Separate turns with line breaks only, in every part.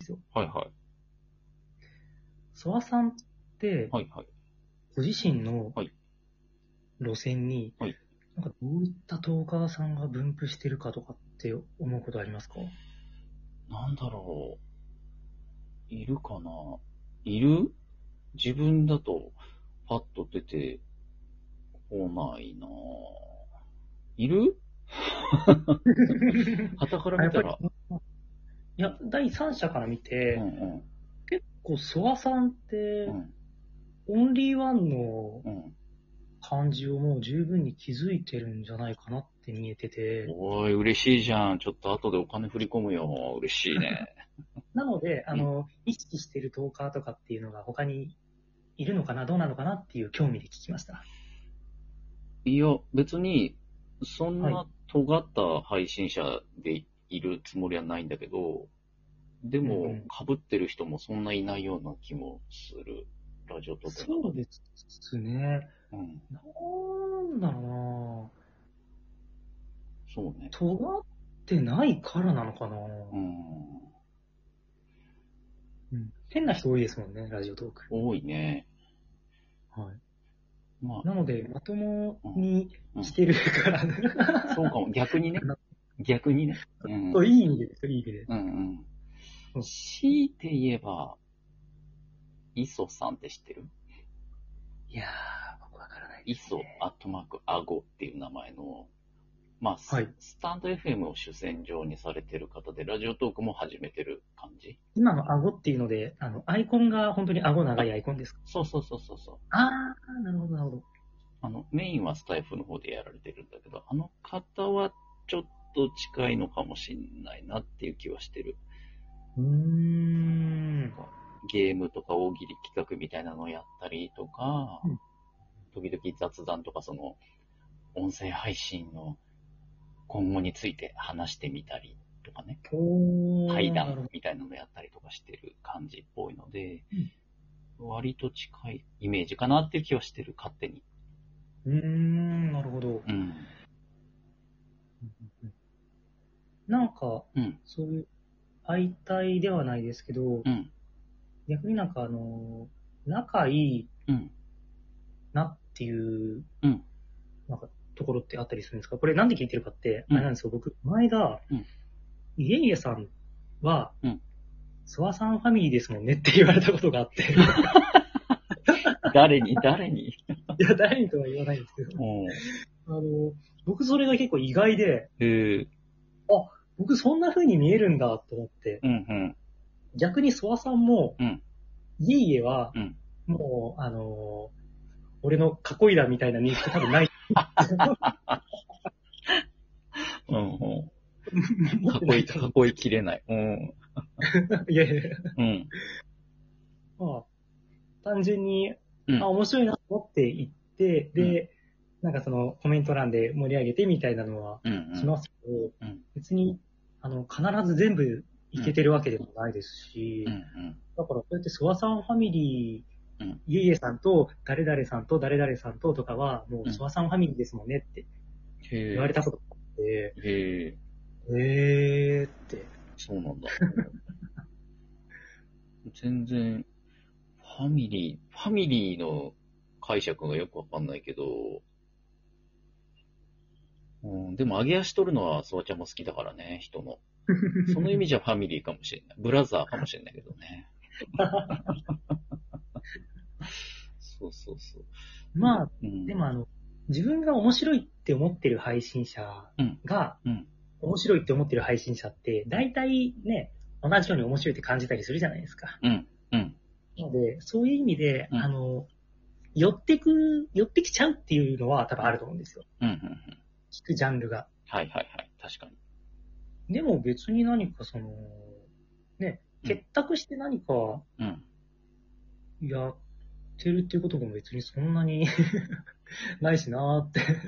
ですよ。
はいは
諏訪さんって
い。、はいはい。
ご自身の
はい
路線に、
はい
なんかどういったトーカーさんが分布してるかとかって思うことありますか
なんだろう。いるかないる自分だと、パッと出てこないなぁい る旗から見たら。
いや、第三者から見て、
うんうん。
結構諏訪さんって
う、ん
オンリーワンの
うん。
感じをもう十分に気づいてるんじゃないかなって見えてて、
おい、嬉しいじゃん。ちょっと後でお金振り込むよ。嬉しいね。
なので、あの、意識してるトーカーとかっていうのが他にいるのかな、どうなのかなっていう興味で聞きました。
いや、別に、そん
は
な尖った配信者でいるつもりはないんだけど、で
う
も
んうん、
被ってる人もそんないないような気もする。ラジオとか。
そうですね。
うん。
なんだろ
そうね
うな。。尖ってないからなのかな、
うん。
うん変な人多いですもんね、ラジオトーク。
多いね。
は
ま
い、なので、まともに
うん
してるから、ね
あ、そうかも。逆にね
な。
逆にね。うん。
そういい意味で、いい意味で。
うん
う
うんん。強いて言えば、磯さんって知ってる
いやー、僕わからない
イ
です、
ソ
ね。
アットマークアゴっていう名前の、まあ、ス
はい
スタンド FM を主戦場にされてる方で、ラジオトークも始めてる感じ
今の顎っていうので、あの、アイコンが本当に顎長いアイコンですか
そうそうそうそうそう。
あー、なるほど、なるほど。
あの、メインはスタイフの方でやられてるんだけど、あの方はちょっと近いのかもしんないなっていう気はしてる。
うーん。
ゲームとか大喜利企画みたいなのをやったりとか、
うん
時々雑談とかその、音声配信の今後について話してみたりとかね。
おー
階
なる
段
ほ
みたいなのやったりとかしてる感じっぽいので、
うん
割と近いイメージかなっていう気はしてる、勝手に。
どうーん、なるほど。
うん。
なんか、
うん。
そういう、相対ではないですけど、
うん。
逆になんかあの、仲いい
うん。
なっていう、
うん
なんか、ところってあったりするんですかこれなんで聞いてるかって、
うん
あれなんですよ、僕、前が、
うん
いえいえさんは、
うん
諏訪さんファミリーですもんねって言われたことが あって、い
誰 に誰に
や、誰にとは言わないんですけど、
うん。
あの、僕それが結構意外で、
えー、
僕そんな風に見えるんだと思って、
うんうん。
逆に諏訪さんも、
うん
いえいえは、
うん
もう、あの俺の囲いだみたいな認識多分ない。
うんうん。
持って な
囲い、
いと思う
囲いきれない。うん。
いやいやいや
うん。
まあ、単純に、
うん
あ、面白いなと思って行って、で、なんかそのコメント欄で盛り上げてみたいなのは
うん
しますけど、
うん
別に、あの、必ず全部いけてるわけでもないですし、
うん。うん
だからこうやって諏訪さんファミリ
う
ー、
ん
いえいえさんと、誰々さんと、誰々さんととかは、もう
うん
諏訪さんファミリーですもんねって
へ
言われたことがあって、
え。へえ。
えーって。
そうなんだ。 全然、ファミリー、ファミリーの解釈がよくわかんないけど、うん、でも、上げ足取るのは、そうちゃんも好きだからね、人の。その意味じゃファミリーかもしれない。ブラザーかもしれないけどね。 そうそうそう。
まあ、
うん、
でもあの、自分が面白いって思ってる配信者が、
うんうん
面白いって思ってる配信者って、大体ね、同じように面白いって感じたりするじゃないですか。
うん、うん、
なので、そういう意味で、
うん
あの、寄ってく、寄ってきちゃうっていうのは多分あると思うんですよ。
うん、うん。うん
聞くジャンルが。
はいはいはい、確かに。
でも別に何かその、ね、
うん
結託して何か
うん。
やってるっていうことも別にそんなに ないしなーって。
確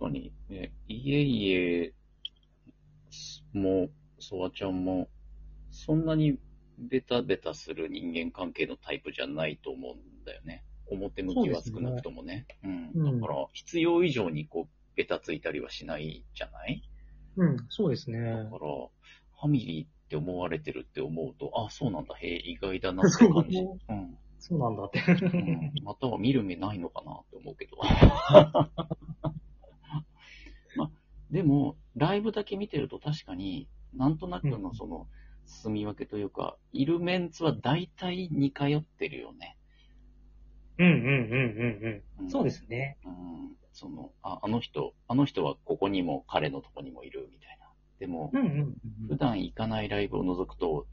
かに、ね、いえいえ、もう、ソワちゃんも、そんなにベタベタする人間関係のタイプじゃないと思うんだよね。表向きは
そうですね
少なくともね。う
うん
ん。だから、必要以上にこう、ベタついたりはしないじゃない
うん、そうです
だ
ね
から、。ファミリーっって思われてるって思うと、あ、そうなんだ、へえ、意外だなって感じ。
そう
うん。
そうなんだって。
うん、または見る目ないのかなって思う けど。まあ、でも、ライブだけ見てると確かに、なんとなく
う
の
ん
その、住み分けというか、いるメンツは大体似通ってるよね。。
うんうんうんうんうん。そうですすね。
うん。その、あ、あの人、あの人はここにも彼のとこにもいるみたいな。でも
う、んうんうんう
普
ん。
段行かないライブを除くと、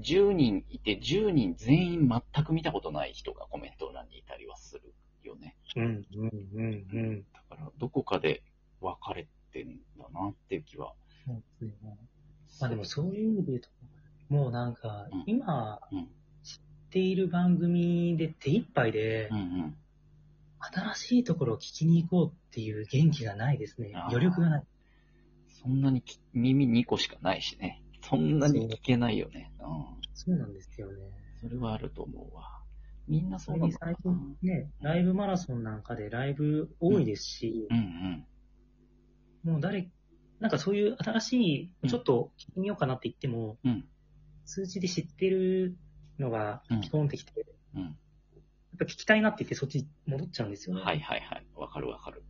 10人いて10人全員全く見たことない人がコメント欄にいたりはするよね。
うんうんうんうん。
だから、どこかで分かれてんだなっていう気は
そうですね
す
まあでもそういう意味で言うと、もうなんか
うん、
今
うん、
知っている番組で手一杯で
う、ん
新しいところを聞きに行こうっていう元気がないですね
あー。
余力がない。
うん。そんなにき耳2個しかないしね。そんなに聞けないよね。う
そうなんですよね。
ん。それはあると思うわ。みんなそ
そうれ
なの
に
かな
最近ね、ライブマラソンなんかでライブ多いですし、
うんうん。
もう誰、なんかそういう新し
うん
い、ちょっと聞いてみようかなって言っても、
うん。
数字で知ってるのが
うん
聞こえてきて、や
うん。
っぱ聞きたいなって言ってそっち戻っちゃうんですよね。
はいはいはい。わかるわかる。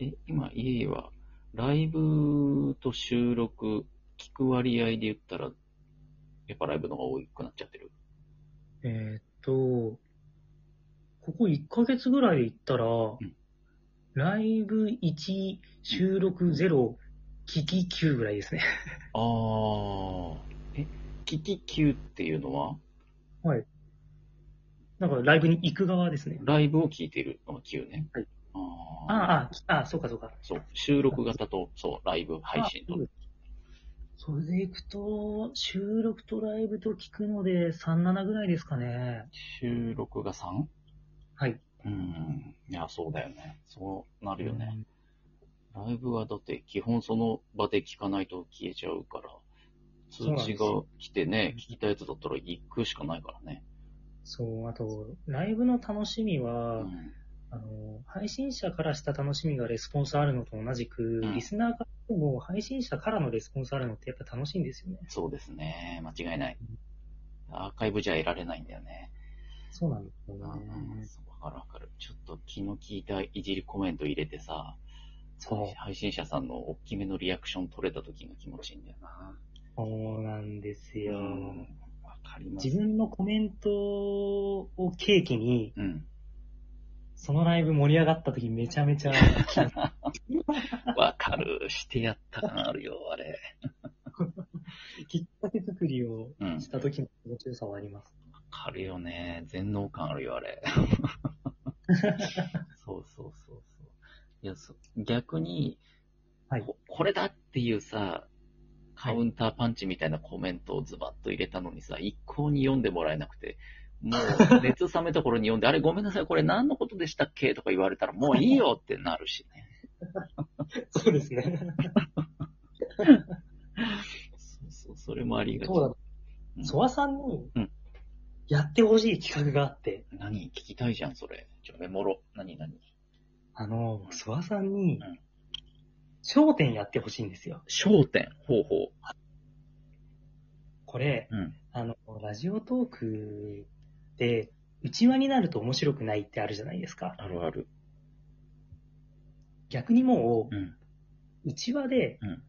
え、今、家は、ライブと収録、聞く割合で言ったら、やっぱライブの方が多くなっちゃってる。
えーっと、ここ1ヶ月ぐらいで言ったら、
ん
ライブ1、収録0、聞き9ぐらいですね。
ああ。え、キキキューっていうのは、
だからライブに行く側ですね。
ライブを聞いているのが Q ね。
はい。
ああ。
ああ、ああ、そうかそうか。
そう、収録型と、そう、ライブ配信
あそ
と
う。それで行くと、収録とライブと聞くので、3、7ぐらいですかね。
収録が 3?
はい。
うん。いや、そうだよね。そうなるよね。ライブはだって、基本その場で聞かないと消えちゃうから、通
うなんです
知が来てね、聞きたいやつだったら行くしかないからね。
そう、あと、ライブの楽しみ
う
は、
ん。
あの、配信者からした楽しみがレスポンスあるのと同じく、
うん
リスナーからも配信者からのレスポンスあるのってやっぱ楽しいんですよね。
そうですね。間違いない。アーカイブじゃ得られないんだよね。
そうなんですよ
わ、
ね。
かるわかる。ちょっと気の利いたいじりコメント入れてさ、
そう
配信者さんの大きめのリアクション取れた時が気持ちいいんだよな。
そうなんですよ。
うんわかります。
自分のコメントを契機に、
うん。
そのライブ盛り上がった時めちゃめちゃ、
わかる。してやった感あるよ、あれ。
きっかけ作りを
うん。わ
した時の気持ちよさはあります。
かるよね。全能感あるよ、あ れ。そうそうそうそう。いや、そ逆に、
はい
こ、これだっていうさ、カ
はい
ウンターパンチみたいなコメントをズバッと入れたのにさ、一向に読んでもらえなくて、もう熱冷めた頃に 読んで、あれごめんなさい、これ何のことでしたっけとか言われたら、もういいよってなるしね。
そうですね。
そうそう、それもありがち。
そうだ。
うん
ソワさんに
うん、
やってほしい企画があって、
何聞きたいじゃん、それ。じゃあメモろ。何何
あの、ソワさん
う
に
ん、
焦点やってほしいんですよ。
焦点。ほうほ
これ、
う。うん。
あの、ラジオトークで、内輪になると面白くないってあるじゃないですか。
あるある。
逆にも
うん。
う、内輪で
うん、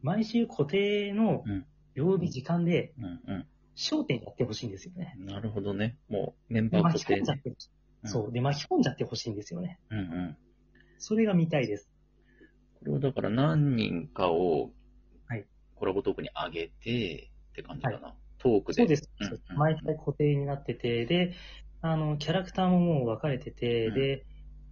毎週固定の
うん
曜日時間で、
うんうん。
焦点やってほしいんですよね。
なるほどね。もう、メン
で
バー
巻
固
き込
定
んじゃってほしい、そう。で、巻き込んじゃってほしいんですよね。
うん。うんうん。
それが見たいです。
これをだから何人かを
はい、
コラボトークに上げて、って感じかな。トークで。
そうです。
うん
そうです
うん
毎回固定になってて、で、あの、キャラクターももう分かれてて、
うん
で、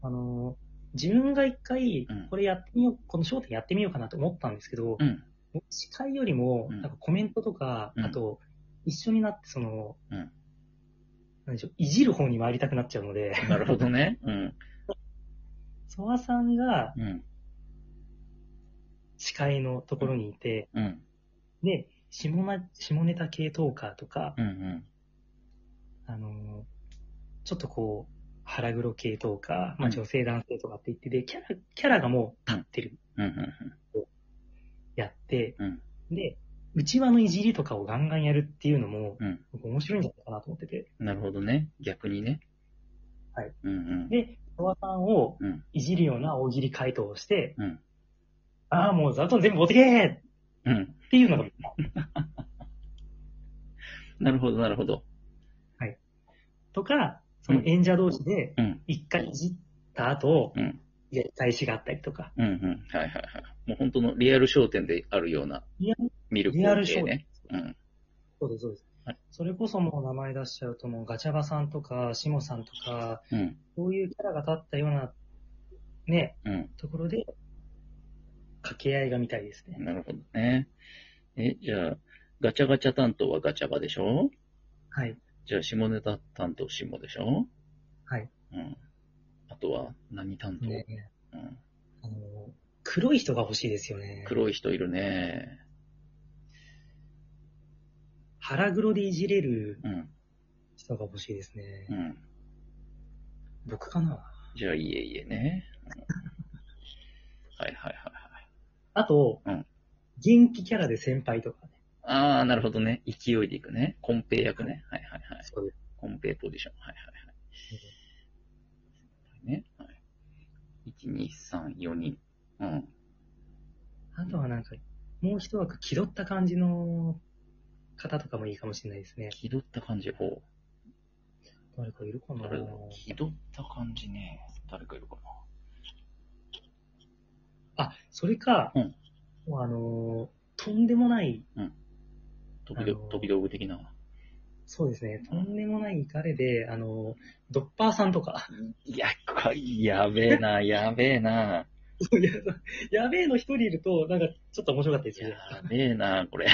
あの、自分が一回
うん、
これやってみよう、この焦点やってみようかなと思ったんですけど、
うん。
司会よりも、
うん
なんかコメントとか、
うん
あと、一緒になって、その、
うん
なんでしょう、いじる方に回りたくなっちゃうので、
なるほどね。うん。
ソワさんが
うん。
司会のところにいて、
うん。
で、下な下ネタ系トーカーとか、
うん。うん。
あの、ちょっとこう、腹黒系とか、ま
う
あ、
ん
女性男性とかって言ってて、キャラ、キャラがもう立ってる。
うん。うん。
やって、
うん
で、内輪のいじりとかをガンガンやるっていうのも、
うん
僕面白いんじゃないかなと思ってて、
なるほどね。逆にね。
はい。
うんうん。
で、小川さんを
うん
いじるような大喜利回答をして、
うん。
ああ、もう座布団全部持ってけーっ
うん。
ていうのが、
なるほど、なるほど。
とか、その演者同士で
うん。
一回いじった後、
うん。
やり返しがあったりとか、
うんうん。はいはいはい。もう本当のリアル商店であるような
リアル
ミルク
リアルショ
系
ー
ね。う
う
ん。
そうです、そうです。
はい
それこそもう名前出しちゃうと、もうガチャバさんとか、シモさんとか、
うん。
そういうキャラが立ったような、ね、
うん。
ところで、掛け合いが見たいですね。
なるほどね。え、じゃあ、ガチャガチャ担当はガチャバでしょ
はい。
じゃあ、下ネタ担当下でしょ
はい。
うん。あとは、何担当、
ね
うん。
あの、黒い人が欲しいですよね。
黒い人いるね。
腹黒でいじれる
うん。
人が欲しいですね。
うん。
僕かな。
じゃあ、いいえいいえね。うん、はいはいはい。
あと、
うん
元気キャラで先輩とかね。
ああ、なるほどね。勢いでいくね。コンペ役ね。はいはいはい。
そうです。
コンペポジション。はいはいはい。ね。はい。1、2、3、4人。うん。
あとはなんか、もう一枠気取った感じの方とかもいいかもしれないですね。
気取った感じ。ほ
誰かいるか
う。
な
誰だろう気取った感じね。誰かいるか
あ、それか、
うん
もうあのーとんでもない、
な。飛び道
あのー
飛び道具的な。
そうですね、とんでもない彼で、あのードッパーさんとか、
いや、かやべえな、やべえな。
そうややべえの一人いると、なんかちょっと面白かったです
や
ね。
べえな、これ。